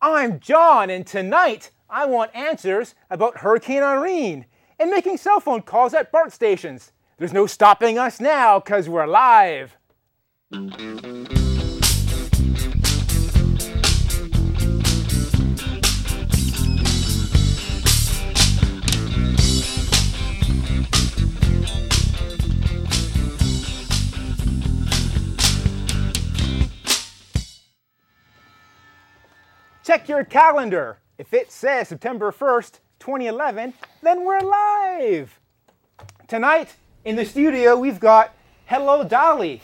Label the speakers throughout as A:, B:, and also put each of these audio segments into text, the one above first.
A: I'm John, and tonight I want answers about Hurricane Irene and making cell phone calls at BART stations. There's no stopping us now because we're live. Check your calendar. If it says September 1st, 2011, then we're live. Tonight in the studio, we've got Hello Dolly,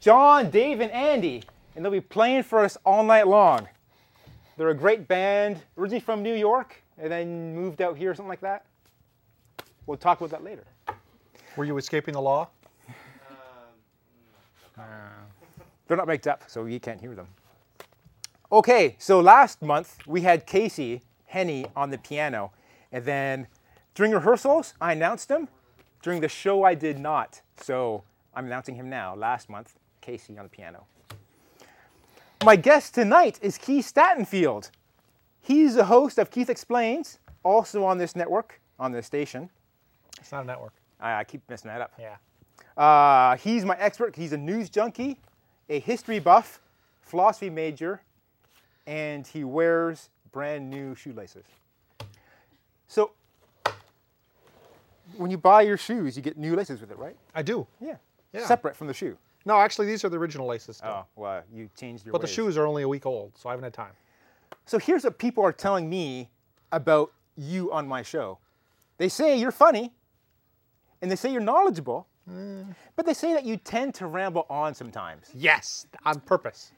A: John, Dave, and Andy, and they'll be playing for us all night long. They're a great band, originally from New York, and then moved out here, or something like that. We'll talk about that later.
B: Were you escaping the law?
A: They're not mic'd up, so you can't hear them. Okay, so last month we had Casey Henny on the piano, and then during rehearsals I announced him. During the show I did not, so I'm announcing him now. Last month, Casey on the piano. My guest tonight is Keith Statenfield. He's the host of Keith Explains, also on this network, on this station.
B: It's not a network.
A: I, I keep messing that up.
B: Yeah.
A: Uh, he's my expert. He's a news junkie, a history buff, philosophy major, and he wears brand new shoelaces. So, when you buy your shoes, you get new laces with it, right?
B: I do.
A: Yeah.
B: Yeah.
A: Separate from the shoe.
B: No, actually, these are the original laces. Still.
A: Oh, well, you changed your.
B: But the
A: ways.
B: shoes are only a week old, so I haven't had time.
A: So here's what people are telling me about you on my show. They say you're funny, and they say you're knowledgeable,
B: Mm.
A: but they say that you tend to ramble on sometimes.
B: Yes, on purpose.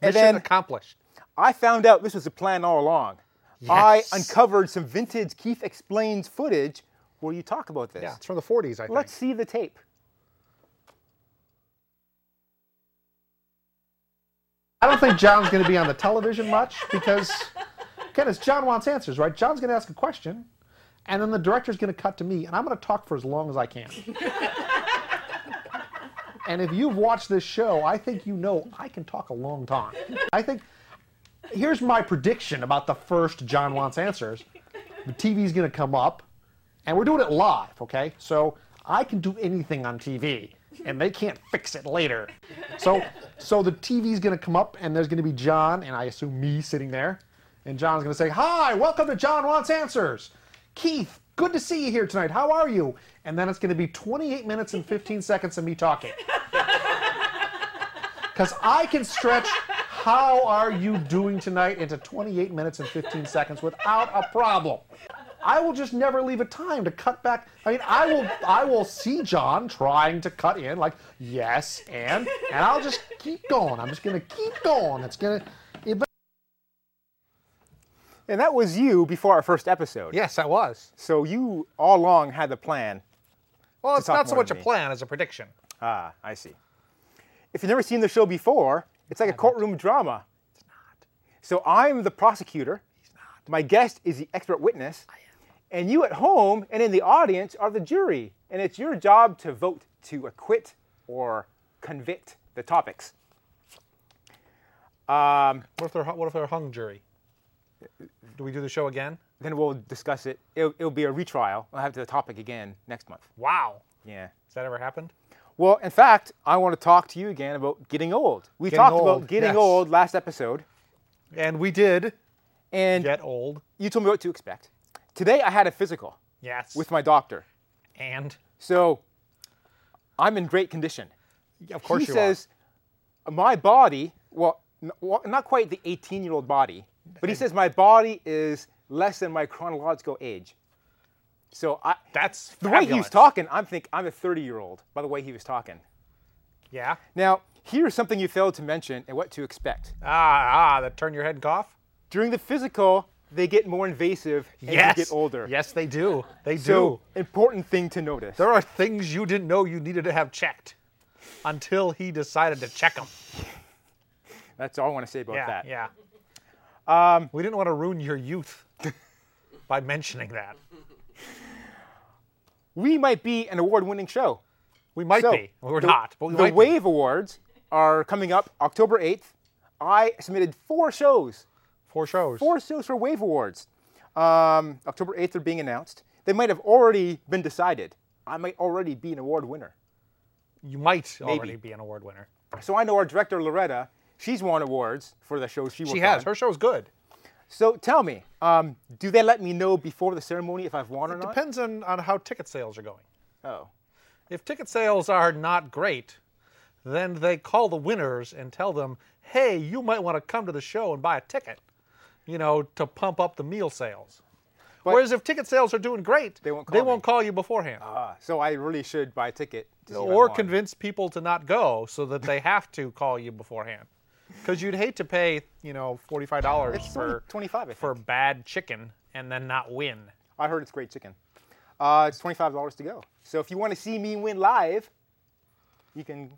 A: And
B: Mission
A: then-
B: accomplished.
A: I found out this was the plan all along. I
B: Yes.
A: uncovered some vintage Keith Explains footage where you talk about this.
B: Yeah, it's from the 40s, I think.
A: Let's see the tape.
C: I don't think John's going to be on the television much because, again, it's John wants answers, right? John's going to ask a question, and then the director's going to cut to me, and I'm going to talk for as long as I can. and if you've watched this show, I think you know I can talk a long time. I think here's my prediction about the first John wants answers. The TV's going to come up, and we're doing it live, okay? So I can do anything on TV, and they can't fix it later. So, so the TV's going to come up, and there's going to be John, and I assume me sitting there, and John's going to say, "Hi, welcome to John Wants Answers, Keith." Good to see you here tonight. How are you? And then it's going to be 28 minutes and 15 seconds of me talking. Because I can stretch how are you doing tonight into 28 minutes and 15 seconds without a problem. I will just never leave a time to cut back. I mean, I will I will see John trying to cut in like yes and and I'll just keep going. I'm just gonna keep going. It's gonna it,
A: And that was you before our first episode.
B: Yes, I was.
A: So you all along had the plan.
B: Well, it's
A: talk
B: not so
A: more
B: much
A: to
B: a
A: me.
B: plan as a prediction.
A: Ah, I see. If you've never seen the show before, it's like a courtroom drama. It's not. So I'm the prosecutor. He's not. My guest is the expert witness. I am. And you at home and in the audience are the jury. And it's your job to vote to acquit or convict the topics.
B: What if they're hu- what if they're a hung jury? Do we do the show again?
A: Then we'll discuss it. It'll, it'll be a retrial. We'll have the topic again next month.
B: Wow.
A: Yeah.
B: Has that ever happened?
A: Well, in fact, I want to talk to you again about getting old. We
B: Getting
A: talked about
B: old,
A: getting
B: yes.
A: old last episode,
B: And we did
A: and
B: get old.
A: you told me what to expect. Today, I had a physical
B: Yes.
A: with my doctor,
B: and
A: so I'm in great condition.
B: of course
A: he
B: you
A: says, "My body, well, n- well, not quite the 18-year-old body, but he says my body is less than my chronological age." So I,
B: are. That's
A: the way he
B: fabulous.
A: was talking, I'm think I'm a 30-year-old by the way he was talking.
B: Yeah.
A: Now, here's something you failed to mention and what to expect.
B: Ah, ah, the turn your head and cough.
A: during the physical, they get more invasive as
B: yes.
A: you get older.
B: Yes, they do. They do.
A: So important thing to notice.
B: There are things you didn't know you needed to have checked until he decided to check them.
A: That's all I want to say about
B: Yeah,
A: that.
B: yeah. Um, we didn't want to ruin your youth by mentioning that.
A: We might be an award-winning show.
B: We might
A: So,
B: be. We're
A: the-
B: not. But we
A: the
B: might be.
A: Wave Awards are coming up October 8th. I submitted four shows
B: Four shows.
A: four shows for Wave Awards. Um, October 8th are being announced. They might have already been decided. I might already be an award winner.
B: You might already be an award winner.
A: So I know our director, Loretta, she's won awards for the shows she worked
B: She has.
A: on.
B: Her show's good.
A: So tell me, um, do they let me know before the ceremony if I've won or not?
B: Depends on, on how ticket sales are going.
A: Oh.
B: If ticket sales are not great, then they call the winners and tell them, hey, you might want to come to the show and buy a ticket, you know, to pump up the meal sales. Whereas if ticket sales are doing great, they
A: won't
B: they
A: call
B: won't
A: me.
B: call you beforehand.
A: Ah, so I really should buy a ticket. To see if I
B: or
A: won.
B: convince people to not go so that they have to call you beforehand. Because you'd hate to pay, you know, forty-five dollars
A: It's only
B: for
A: 25, I
B: for
A: think.
B: bad chicken and then not win.
A: I heard it's great chicken. Uh, it's twenty-five dollars to go. So if you want to see me win live, you can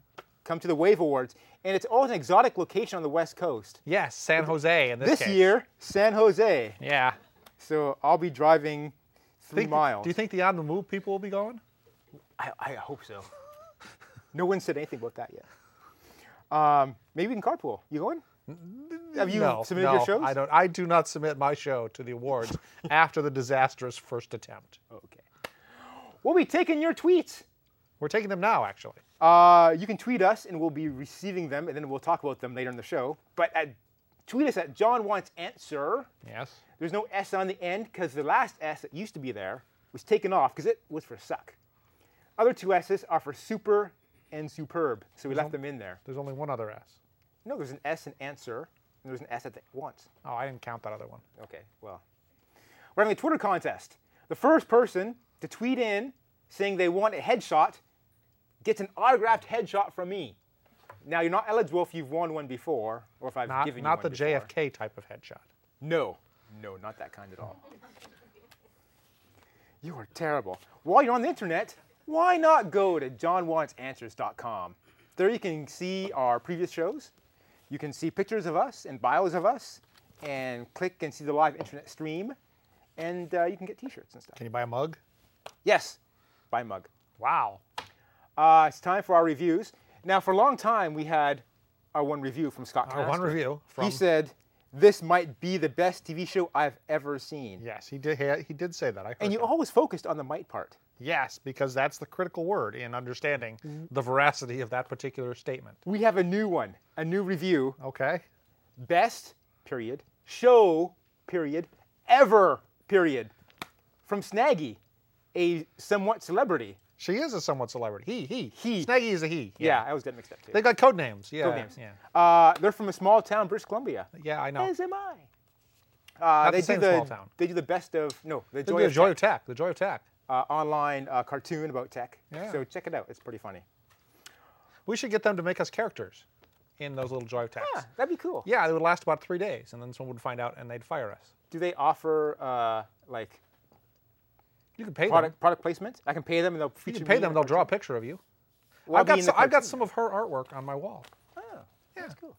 A: come to the Wave Awards, and it's all an exotic location on the West Coast.
B: Yes, San Jose in this,
A: This
B: case.
A: year, San Jose.
B: Yeah.
A: So I'll be driving three
B: Think-
A: miles.
B: Do you think the on the move people will be going?
A: I, I hope so. no one said anything about that yet. Um, maybe we can carpool. You going? Have you
B: no,
A: submitted
B: no,
A: your shows?
B: I don't. I do not submit my show to the awards after the disastrous first attempt.
A: Okay. We'll be taking your tweets.
B: We're taking them now, actually.
A: Uh, you can tweet us, and we'll be receiving them, and then we'll talk about them later in the show. But uh tweet us at John Wants Answer.
B: Yes.
A: There's no S on the end because the last S that used to be there was taken off because it was for suck. Other two S's are for super and superb, so we left them in there.
B: There's only one other S.
A: No, there's an S in answer, and there's an S at the once.
B: Oh, I didn't count that other one.
A: Okay, well. We're having a Twitter contest. The first person to tweet in saying they want a headshot gets an autographed headshot from me. Now, you're not eligible if you've won one before or if I've
B: Not,
A: given
B: not
A: you
B: the
A: one before.
B: JFK type of headshot.
A: No, no, not that kind at all. You are terrible. While you're on the internet, why not go to johnwantsanswers.com? There you can see our previous shows. You can see pictures of us and bios of us, and click and see the live internet stream, and uh, you can get T-shirts and stuff.
B: Can you buy a mug?
A: Yes, buy a mug.
B: Wow.
A: Uh, it's time for our reviews. Now, for a long time, we had our one review from Scott.
B: Our one
A: Carrasco.
B: review from
A: He said, "This might be the best TV show I've ever seen."
B: Yes, he did. He, he did say that. I heard.
A: And you
B: that.
A: always focused on the might part.
B: yes, because that's the critical word in understanding
A: Mm.
B: the veracity of that particular statement.
A: We have a new one, a new review.
B: Okay.
A: Best period show period ever period from Snaggy, a somewhat celebrity.
B: She is a somewhat celebrity. He. He.
A: He.
B: Snaggy is a he.
A: Yeah, I always get mixed up too.
B: They've got code names. Yeah.
A: Code names.
B: Yeah.
A: Uh, they're from a small town, British Columbia.
B: Yeah, I know.
A: As am I. Uh,
B: the
A: they
B: same
A: do the
B: small town.
A: they do the best of no the
B: Joy
A: joy
B: the
A: of
B: joy
A: Tech,
B: of tech. The joy of tech.
A: uh, online uh, cartoon about tech.
B: Yeah.
A: So check it out; it's pretty funny.
B: We should get them to make us characters in those little joy of techs.
A: Yeah, that'd be cool.
B: Yeah, they would last about three days, and then someone would find out, and they'd fire us.
A: Do they offer uh, like
B: You could pay
A: product
B: them.
A: product placement? I can pay them and they'll
B: You
A: feature me
B: could pay
A: in
B: them.
A: the
B: They'll draw a picture of you.
A: Well,
B: I've got
A: being
B: some,
A: the
B: I've got
A: cartoon.
B: some of her artwork on my wall.
A: That's cool.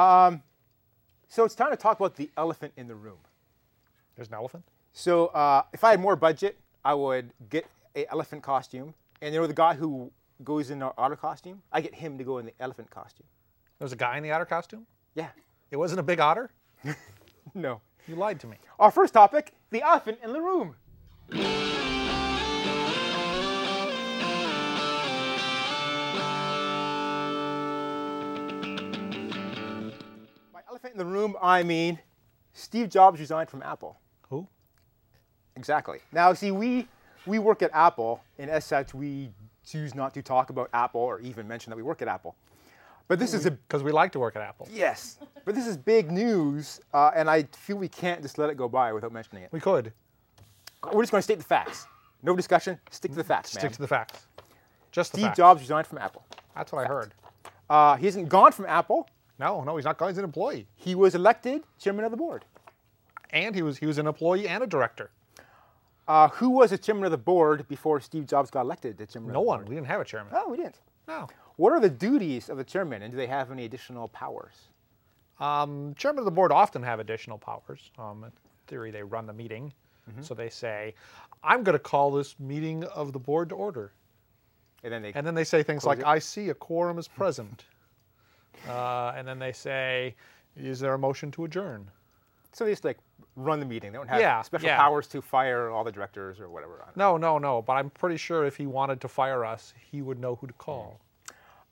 A: Um, so it's time to talk about the elephant in the room.
B: There's an elephant.
A: So uh, if I had more budget, I would get an elephant costume. And you know the guy who goes in our otter costume? I get him to go in the elephant costume.
B: There's a guy in the otter costume.
A: Yeah.
B: It wasn't a big otter.
A: No.
B: You lied to me.
A: Our first topic, the elephant in the room. By elephant in the room, I mean Steve Jobs resigned from Apple.
B: Who?
A: Exactly. Now, see, we we work at Apple, and as such, we choose not to talk about Apple or even mention that we work at Apple. But this is a
B: Because we like to work at Apple.
A: yes. But this is big news, uh, and I feel we can't just let it go by without mentioning it.
B: We could
A: We're just going to state the facts. No discussion. Stick to the facts, man.
B: stick to the facts. Just the
A: Steve
B: facts.
A: Jobs resigned from Apple.
B: That's what I heard.
A: Uh, he isn't gone from Apple.
B: No, no, he's not gone. He's an employee,
A: He was elected chairman of the board.
B: and he was he was an employee and a director.
A: Uh, who was the chairman of the board before Steve Jobs got elected to chairman?
B: No
A: of the
B: one. We didn't have a chairman.
A: Board? Oh, we didn't.
B: No.
A: What are the duties of the chairman, and do they have any additional powers?
B: Um, chairman of the board often have additional powers. Um, in theory, they run the meeting.
C: Mm-hmm.
B: So they say, I'm going to call this meeting of the board to order.
A: And then they
B: And then they say things
A: Close
B: like,
A: it.
B: I see a quorum is present. uh, and then they say, Is there a motion to adjourn?
A: So they just like run the meeting. They don't have
B: Yeah,
A: special
B: yeah.
A: powers to fire all the directors or whatever. I don't
B: No, no, no. But I'm pretty sure if he wanted to fire us, he would know who to call.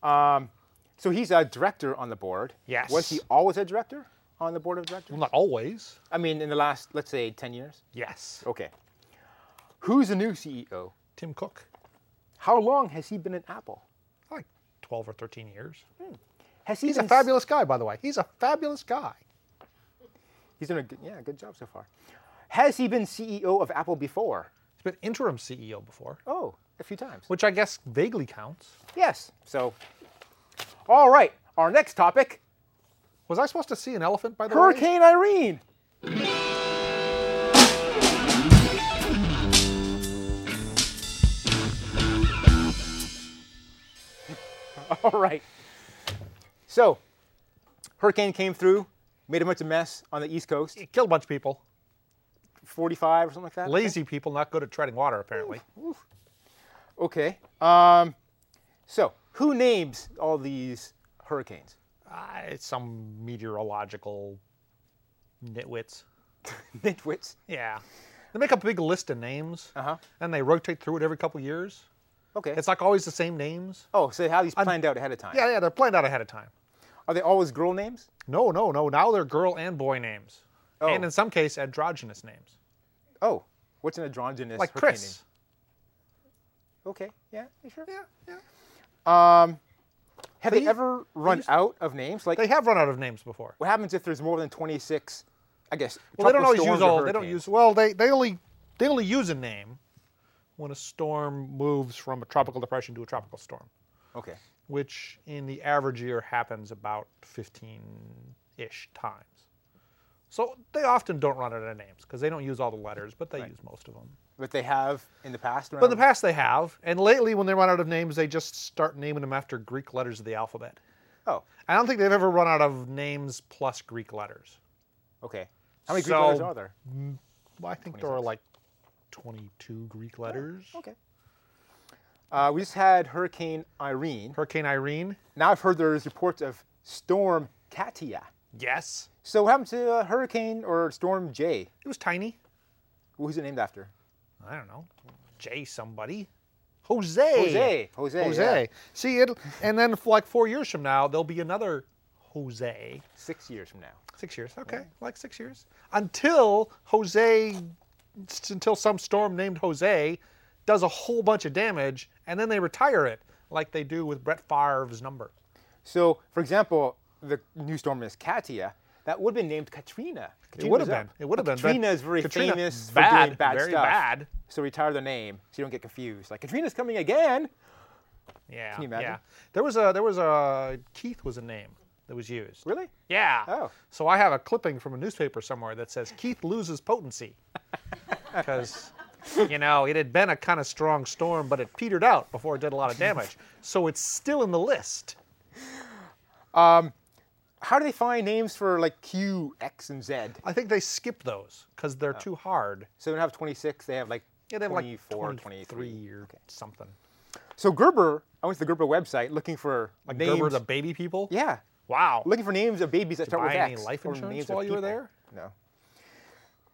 C: Mm.
A: So he's a director on the board.
B: Yes.
A: Was he always a director on the board of directors?
B: Well, not always.
A: I mean, in the last, let's say, 10 years?
B: Yes.
A: Okay. Who's the new CEO?
B: Tim Cook,
A: How long has he been at Apple?
B: like 12 or 13 years.
A: Has he
C: He's a
A: been s-
C: fabulous guy, by the way. He's a fabulous guy.
A: He's done a good, yeah, good job so far. Has he been CEO of Apple before?
B: He's been interim CEO before,
A: Oh, a few times.
B: which I guess vaguely counts.
A: Yes. So, all right. Our next topic:
B: Was I supposed to see an elephant by the way?
A: Hurricane Irene. All right. So, hurricane came through, made a bunch of mess on the East Coast,
B: It killed a bunch of people.
A: 45 or something like that.
B: Lazy people, not good at treading water, apparently.
A: Okay. Um, so, who names all these hurricanes?
B: Uh, it's some meteorological nitwits.
A: Nitwits.
B: Yeah. They make up a big list of names,
A: Uh-huh.
B: and they rotate through it every couple years.
A: Okay.
B: It's like always the same names.
A: oh, so how these planned out ahead of time?
B: Yeah, yeah, they're planned out ahead of time.
A: Are they always girl names?
B: No, no, no. Now they're girl and boy names,
A: Oh.
B: and in some case, androgynous names,
A: Oh, what's an androgynous
B: like
A: hurricane
B: Chris.
A: name? Okay. Yeah. you Sure.
B: Yeah, yeah.
A: Have
B: But
A: they
B: you-
A: ever run out of names? Like,
B: They have run out of names before.
A: what happens if there's more than 26? I guess.
B: Well, they don't
A: tropical
B: always
A: storms
B: use
A: or
B: all. They don't
A: hurricanes?
B: use. Well, they they only they only use a name when a storm moves from a tropical depression to a tropical storm,
A: Okay.
B: which in the average year happens about fifteen ish times. So they often don't run out of names because they don't use all the letters, but they use most of them.
A: But they have in the past.
B: But in the past they have, and lately when they run out of names, they just start naming them after Greek letters of the alphabet.
A: Oh.
B: I don't think they've ever run out of names plus Greek letters.
A: Okay. How many Greek
B: So-
A: letters are there?
B: Well, I think there are like 22 Greek letters.
A: Okay. Uh, we just had Hurricane Irene.
B: Hurricane Irene?
A: Now I've heard there's reports of Storm Katia.
B: Yes.
A: So what happened to uh, Hurricane or Storm J?
B: It was tiny.
A: Who's it named after?
B: I don't know. J somebody. Jose.
A: Jose. Jose. yeah.
B: Jose. See it and then f- like 4 years from now there'll be another Jose.
A: Six years from now.
B: 6 years. Okay. Like 6 years. Until Jose s- until some storm named Jose does a whole bunch of damage and then they retire it like they do with Brett Favre's number.
A: So, for example, the new storm is Katia. That would have been named Katrina. Katrina
B: It would
A: was
B: have been.
A: up.
B: It would have
A: But
B: been. but
A: Katrina is very
B: Katrina,
A: famous for
B: bad,
A: doing bad
B: very
A: stuff.
B: bad.
A: So retire the name so you don't get confused. Like Katrina's coming again.
B: Yeah.
A: you imagine?
B: Yeah. There was a there was a Keith was a name that was used.
A: Really?
B: Yeah.
A: Oh.
B: So I have a clipping from a newspaper somewhere that says Keith loses potency because you know it had been a kind of strong storm, but it petered out before it did a lot of damage. so it's still in the list.
A: How do they find names for like Q, X, and Z?
B: I think they skip those because they're too hard.
A: So they don't have 26. Oh. They have like
B: Yeah, they have
A: 24,
B: like
A: 23.
B: or something.
A: So Gerber, I went to the Gerber website looking for
B: Like
A: names.
B: Gerber the baby people.
A: yeah.
B: Wow.
A: Looking for names of babies that start
B: buy
A: with
B: any
A: X.
B: life
A: or
B: insurance
A: names of
B: while you were
A: people.
B: there?
A: No.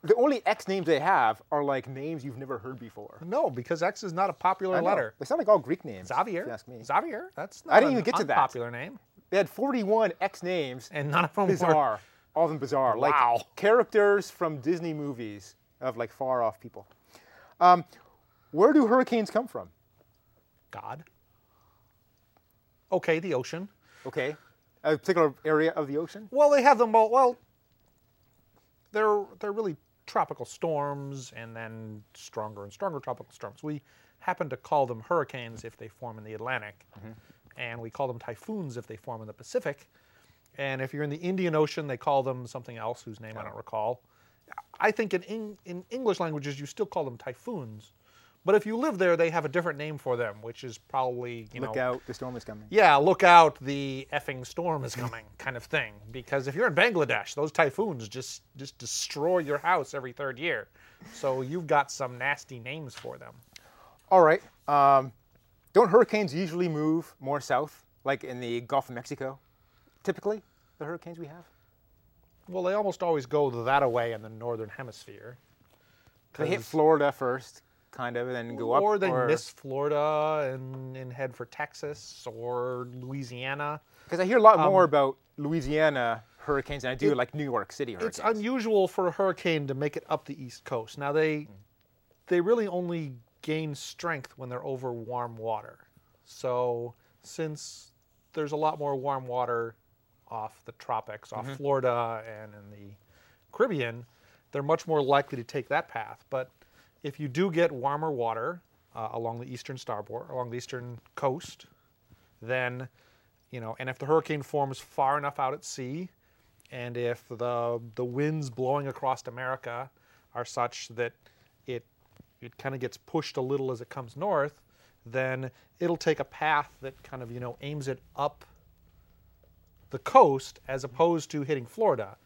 A: The only X names they have are like names you've never heard before.
B: No, because X is not a popular
A: I know.
B: letter.
A: They sound like all Greek names.
B: Xavier.
A: If you ask me.
B: Xavier. That's not
A: I didn't
B: an
A: even get to that.
B: unpopular name.
A: They had 41 X names.
B: And none of them were-
A: bizarre. All of them bizarre.
B: Wow.
A: Like characters from Disney movies of like far off people. Um, where do hurricanes come from?
B: God. Okay, the ocean.
A: Okay. A particular area of the ocean?
B: Well, they have them all. Well, they're they're really tropical storms, and then stronger and stronger tropical storms. We happen to call them hurricanes if they form in the Atlantic, and we call them typhoons if they form in the Pacific. And if you're in the Indian Ocean, they call them something else whose name I don't recall. I think in, Eng- in English languages you still call them typhoons, but if you live there, they have a different name for them, which is probably you
A: Look
B: know
A: out, the storm is coming.
B: yeah, look out, the effing storm is coming, kind of thing. Because if you're in Bangladesh, those typhoons just just destroy your house every third year. So you've got some nasty names for them.
A: All right. Um, don't hurricanes usually move more south, like in the Gulf of Mexico? Typically, the hurricanes we have?
B: Well, they almost always go that away in the northern hemisphere.
A: They hit
B: 'cause-
A: Florida first, kind of, and then go up.
B: or they miss Florida and, and head for Texas or Louisiana.
A: Because I hear a lot more
B: um,
A: about Louisiana hurricanes than I do like New York City hurricanes.
B: It's unusual for a hurricane to make it up the East Coast. Now they they really only gain strength when they're over warm water. So since there's a lot more warm water off the tropics, off Florida and in the Caribbean, they're much more likely to take that path. But if you do get warmer water uh, along the eastern starboard, along the eastern coast, then you know, and if the hurricane forms far enough out at sea, and if the the winds blowing across America are such that it it kind of gets pushed a little as it comes north, then it'll take a path that kind of you know aims it up the coast as opposed to hitting Florida.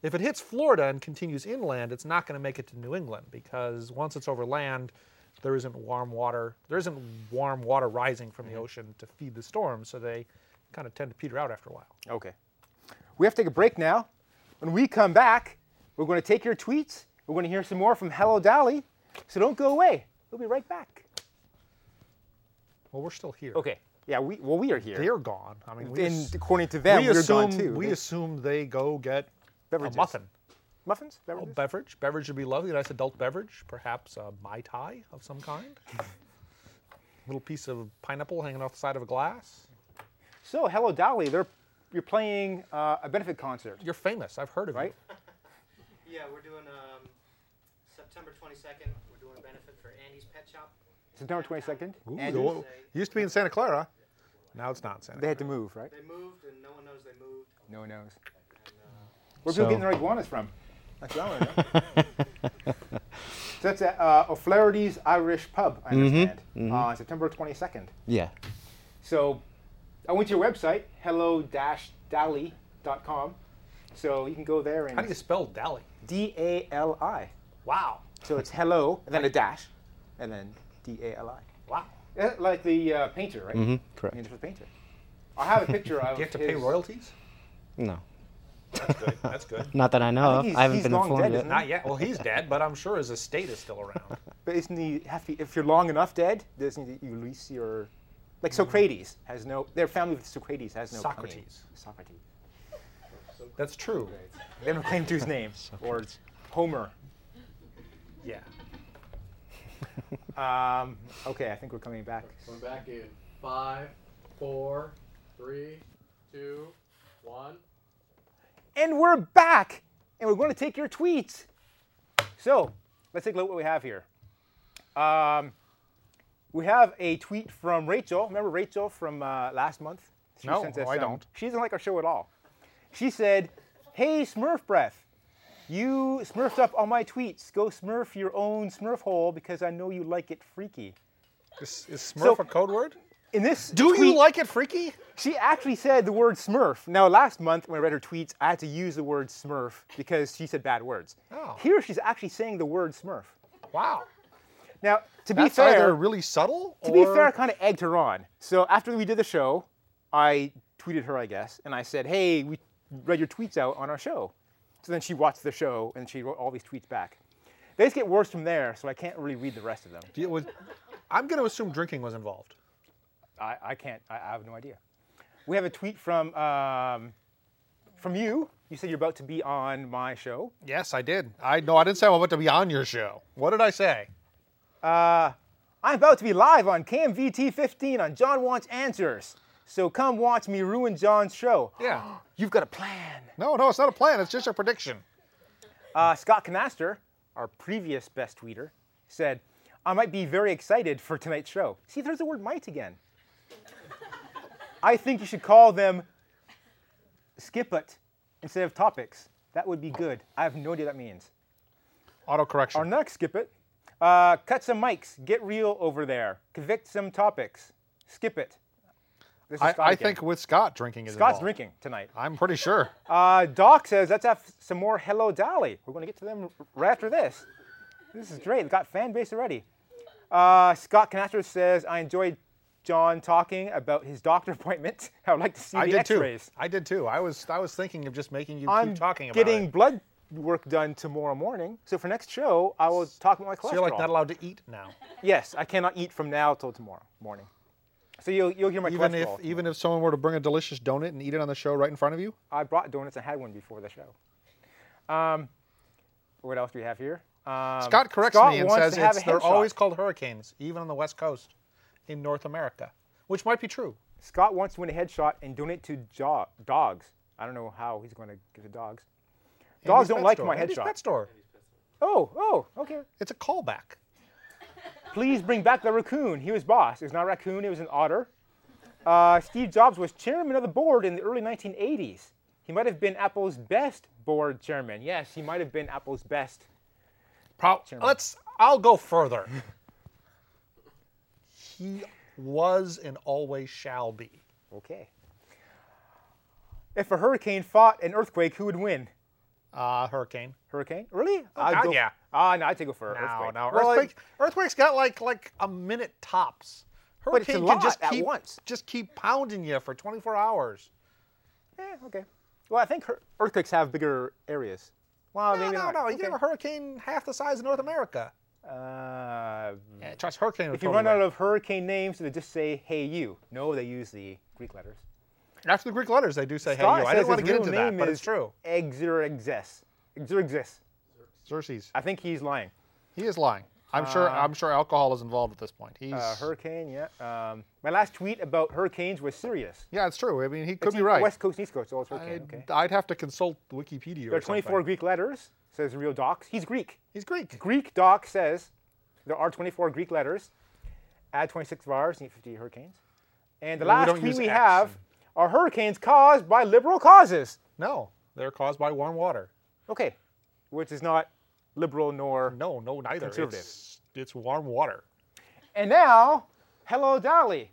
B: If it hits Florida and continues inland, it's not going to make it to New England because once it's over land, there isn't warm water. There isn't warm water rising from
A: Mm-hmm.
B: the ocean to feed the storm, so they kind of tend to peter out after a while.
A: Okay. We have to take a break now. When we come back, we're going to take your tweets. We're going to hear some more from Hello Dolly. So don't go away. We'll be right back.
B: Well, we're still here.
A: Okay. Yeah, we, well, we are here.
B: They're gone. I mean, we,
A: and
B: ass-
A: according to them,
B: we
A: we are
B: assume
A: gone too.
B: we
A: They-
B: assume they go get
A: Beverages.
B: a muffin,
A: muffins?
B: a
A: Beverages?
B: beverage. Beverage would be lovely, a nice adult beverage, perhaps a mai tai of some kind. Little piece of pineapple hanging off the side of a glass.
A: so, Hello Dolly, they're, you're playing uh, a benefit concert,
B: You're famous. I've heard of
A: right?
B: you.
D: Yeah, we're doing um, September 22nd. We're doing a benefit for Andy's Pet Shop.
A: September 22nd.
B: Ooh, oh.
A: And
B: the wo- used to be in Santa Clara. Now it's not in Santa
A: they
B: Clara.
A: had to move, right?
D: They moved, and no one knows they moved.
A: No one knows. Where people
B: So-
A: getting their iguanas from? That's what I want to know. so that's at uh, O'Flaherty's Irish Pub, I understand, on September 22nd.
E: Yeah.
A: So I went to your website, hello-dally.com. So you can go there
B: How do you
A: and
B: spell Dally?
A: D-A-L-I.
B: Wow.
A: So it's hello, and then a dash, and then D-A-L-I.
B: Wow.
A: Eh, Like the uh, painter, right? Mm-hmm,
E: correct.
A: The painter. I have a picture of
B: Do you have to pay
A: his-
B: royalties?
E: No.
B: That's good. That's good.
E: Not that I know
A: think
E: of.
A: he's-
E: I haven't
A: he's
E: been
A: long
E: informed
A: dead,
E: yet.
A: isn't
B: Not yet. Well, he's dead, but I'm sure his estate is still around.
A: But isn't he have to, if you're long enough dead, doesn't you release your like Socrates has no their family with Socrates has no claim.
B: Hmm. Socrates.
A: Socrates.
B: That's true.
A: They don't claim to his name. or Homer.
B: Yeah.
A: Um, okay, I think we're coming back.
F: We're back in five, four, three, two, one.
A: And we're back! And we're going to take your tweets. So let's take a look what we have here. Um, we have a tweet from Rachel. Remember Rachel from uh, last month? She
B: No,
A: sent
B: no,
A: us,
B: I
A: um,
B: don't.
A: She doesn't like our show at all. She said, Hey, Smurf Breath, you smurfed up all my tweets. Go smurf your own smurf hole because I know you like it freaky.
B: Is, is Smurf
A: So-
B: a code word?
A: In this
B: Do
A: tweet-
B: you like it, freaky?
A: She actually said the word smurf. Now, last month when I read her tweets, I had to use the word smurf because she said bad words.
B: Oh.
A: Here she's actually saying the word smurf.
B: Wow.
A: Now, to be
B: That's
A: fair,
B: either really subtle
A: to
B: or
A: be fair, I kind of egged her on. So after we did the show, I tweeted her, I guess, and I said, hey, we read your tweets out on our show. So then she watched the show and she wrote all these tweets back. They just get worse from there, so I can't really read the rest of them.
B: Do you- was- I'm going to assume drinking was involved.
A: I, I can't. I, I have no idea. We have a tweet from um, from you. You said you're about to be on my show.
B: Yes, I did. I no, I didn't say I wanted to be on your show. What did I say?
A: I'm about to be live on KMVT 15 on John Wants Answers. So come watch me ruin John's show.
B: Yeah.
A: You've got a plan.
B: No, no, it's not a plan. It's just a prediction.
A: Uh, Scott Canaster, our previous best tweeter, said, I might be very excited for tonight's show. See, there's the word might again. I think you should call them skip it instead of topics. That would be good. I have no idea what that means.
B: Auto
A: Our
B: correction.
A: next skip it. Uh, cut some mics. Get real over there. Convict some topics. Skip it. This is
B: I,
A: Scott
B: I
A: again.
B: think with Scott drinking is
A: Scott's
B: involved.
A: drinking tonight.
B: I'm pretty sure.
A: Uh, Doc says, let's have some more Hello Dolly. We're going to get to them right after this. This is great. We've got fan base already. Uh, Scott Canastro says, I enjoyed John talking about his doctor appointment. I would like to see
B: I
A: the
B: did
A: X-rays.
B: too. I did too. I was I was thinking of just making you
A: I'm
B: keep talking about
A: getting
B: it.
A: blood work done tomorrow morning. So for next show, I will talk about my cholesterol.
B: So you're like not allowed to eat now,
A: yes, I cannot eat from now till tomorrow morning. So you'll, you'll hear my
B: even if
A: cholesterol.
B: even if someone were to bring a delicious donut and eat it on the show right in front of you.
A: I brought donuts. I had one before the show. Um, what else do we have here? Um,
B: Scott corrects
A: Scott
B: me and
A: wants
B: says
A: to have
B: it's,
A: a
B: they're
A: headshot.
B: always called hurricanes, even on the west coast, in North America, which might be true.
A: Scott wants to win a headshot and donate to jo- dogs. I don't know how he's going to give to dogs. Dogs
B: Andy's
A: don't
B: Pet
A: like
B: Store.
A: my
B: Andy's
A: headshot.
B: Pet store.
A: Oh, oh, okay.
B: It's a callback.
A: Please bring back the raccoon. He was boss. It was not a raccoon, it was an otter. Uh, Steve Jobs was chairman of the board in the early 1980s. He might have been Apple's best board chairman. Yes, he might have been Apple's best.
B: Pro- let's. I'll go further. he was and always shall be.
A: Okay. If a hurricane fought an earthquake, who would win?
B: Uh, hurricane.
A: Hurricane? Really?
B: Oh, God,
A: go,
B: yeah.
A: Ah, no, I'd take it for an
B: No,
A: earthquake.
B: no.
A: Well,
B: Earthquake, earthquake's got like like a minute tops. Hurricane
A: it's a
B: can
A: lot
B: just
A: at
B: keep,
A: once.
B: Just keep pounding you for 24 hours.
A: eh, okay. Well, I think hur- earthquakes have bigger areas. Well,
B: No,
A: maybe
B: no,
A: not.
B: no. You
A: Okay.
B: can have a hurricane half the size of North America.
A: Uh,
B: Yeah, trust hurricane. would
A: if you
B: totally
A: run out
B: win.
A: of hurricane names, they just say "Hey you." No, they use the Greek letters.
B: after the Greek letters, they do say "Hey, you."
A: Scott
B: I
A: says
B: didn't want to
A: his
B: get
A: real
B: into that,
A: name
B: but
A: is
B: it's true.
A: Exerxes. Exerxes.
B: Xerxes.
A: I think he's lying.
B: He is lying. I'm sure. I'm sure alcohol is involved at this point. He's.
A: Uh, hurricane, yeah. Um, my last tweet about hurricanes was serious.
B: yeah, it's true. I mean, he could
A: It's
B: be right.
A: West Coast, East Coast, all it's hurricane.
B: I'd,
A: okay.
B: I'd have to consult Wikipedia.
A: There
B: or
A: are 24
B: something.
A: Greek letters, says Real Docs. He's Greek.
B: He's Greek.
A: Greek Doc says there are 24 Greek letters. Add 26 of ours, need 50 hurricanes. And the
B: Well, we
A: last
B: don't
A: tweet
B: use
A: we
B: X.
A: have are hurricanes caused by liberal causes.
B: No, they're caused by warm water.
A: Okay, which is not liberal nor.
B: No, no, neither.
A: Conservative.
B: It's, it's warm water.
A: And now, hello, Dolly.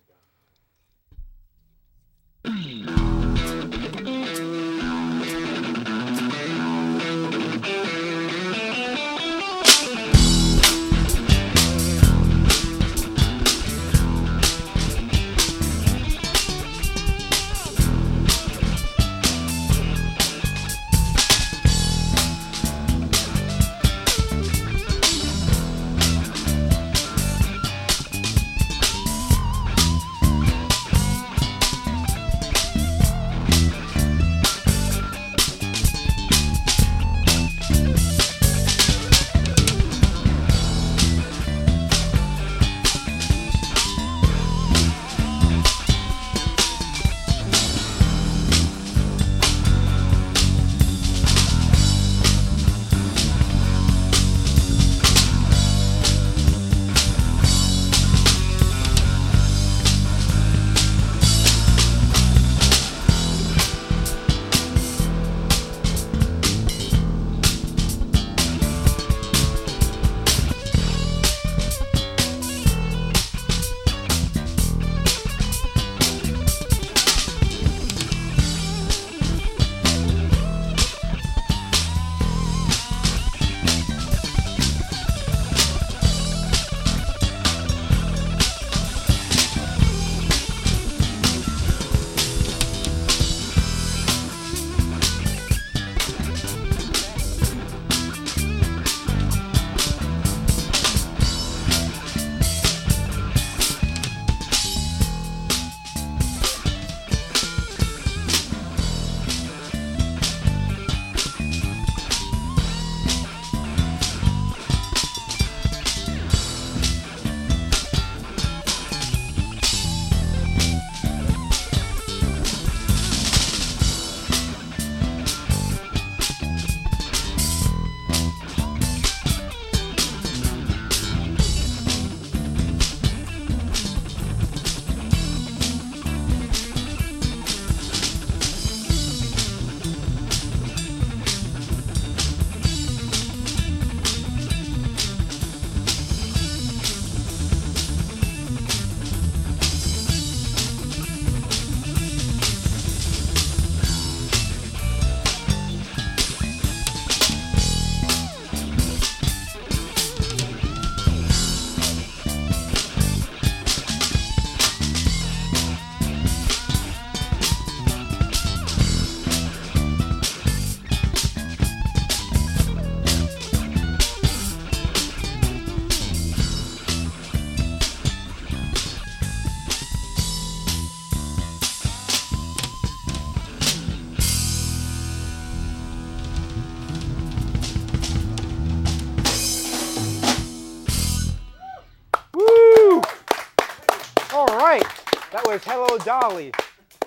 A: dollars. Hello, Dolly.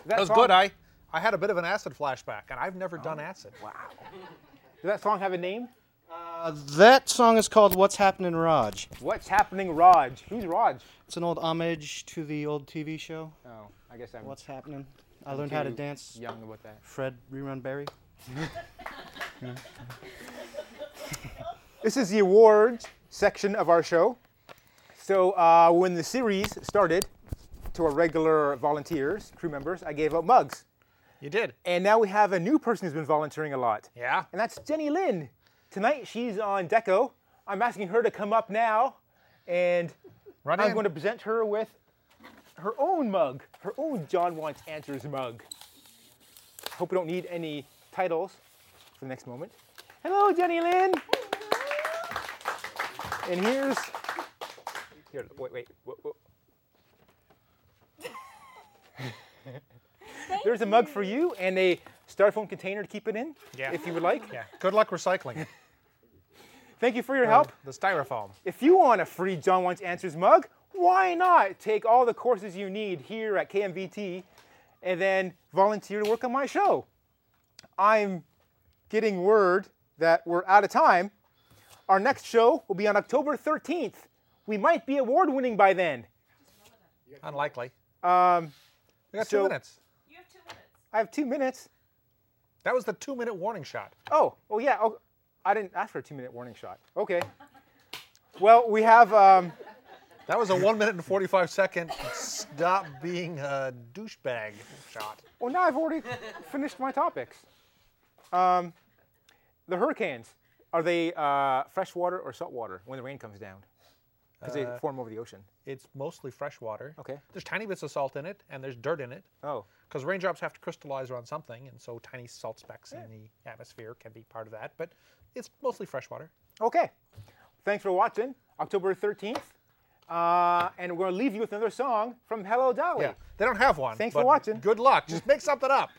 B: That was
A: song-
B: good. I, I had a bit of an acid flashback, and I've never
A: Oh,
B: done acid.
A: Does that song have a name?
E: Uh, that song is called What's Happening Raj.
A: What's happening, Raj? Who's Raj?
E: It's an old homage to the old TV show,
A: Oh, I guess I'm
E: What's Happening. I learned how to
A: too
E: dance.
A: young about that.
E: Fred Rerun Barry.
A: This is the awards section of our show. So uh, when the series started, to our regular volunteers, crew members, I gave out mugs,
B: You did.
A: and now we have a new person who's been volunteering a lot.
B: Yeah.
A: and that's Jenny Lynn. Tonight she's on Deco. I'm asking her to come up now, and
B: Right
A: I'm going to present her with her own mug, her own John Wants Answers mug. Hope we don't need any titles for the next moment. Hello, Jenny Lynn. And here's here. Wait, wait. whoa, whoa. There's a mug for you and a styrofoam container to keep it in,
B: Yeah.
A: if you would like.
B: Yeah. Good luck recycling it.
A: Thank you for your help.
B: The styrofoam.
A: If you want a free John Wants Answers mug, why not take all the courses you need here at KMVT and then volunteer to work on my show? I'm getting word that we're out of time. Our next show will be on October 13th. We might be award winning by then.
B: Unlikely.
A: Um,
B: We got
A: so-
B: two minutes.
G: You have two minutes.
A: I have two minutes.
B: That was the two-minute warning shot.
A: Oh, oh yeah. Oh, I didn't ask for a two minute warning shot. Okay. Well, we have. Um,
B: That was a one minute and 45 second stop being a douchebag shot.
A: Well, now I've already finished my topics. Um, the hurricanes are they uh, freshwater or saltwater when the rain comes down? Because they form over the ocean.
B: It's mostly fresh water.
A: Okay.
B: There's tiny bits of salt in it, and there's dirt in it,
A: Oh,
B: because raindrops have to crystallize around something, and so tiny salt specks in the atmosphere can be part of that. But it's mostly fresh water.
A: okay. Thanks for watching. October thirteenth, uh, and we're gonna leave you with another song from Hello Dolly.
B: Yeah. They don't have one.
A: Thanks for
B: but
A: watching.
B: Good luck. Just make something up.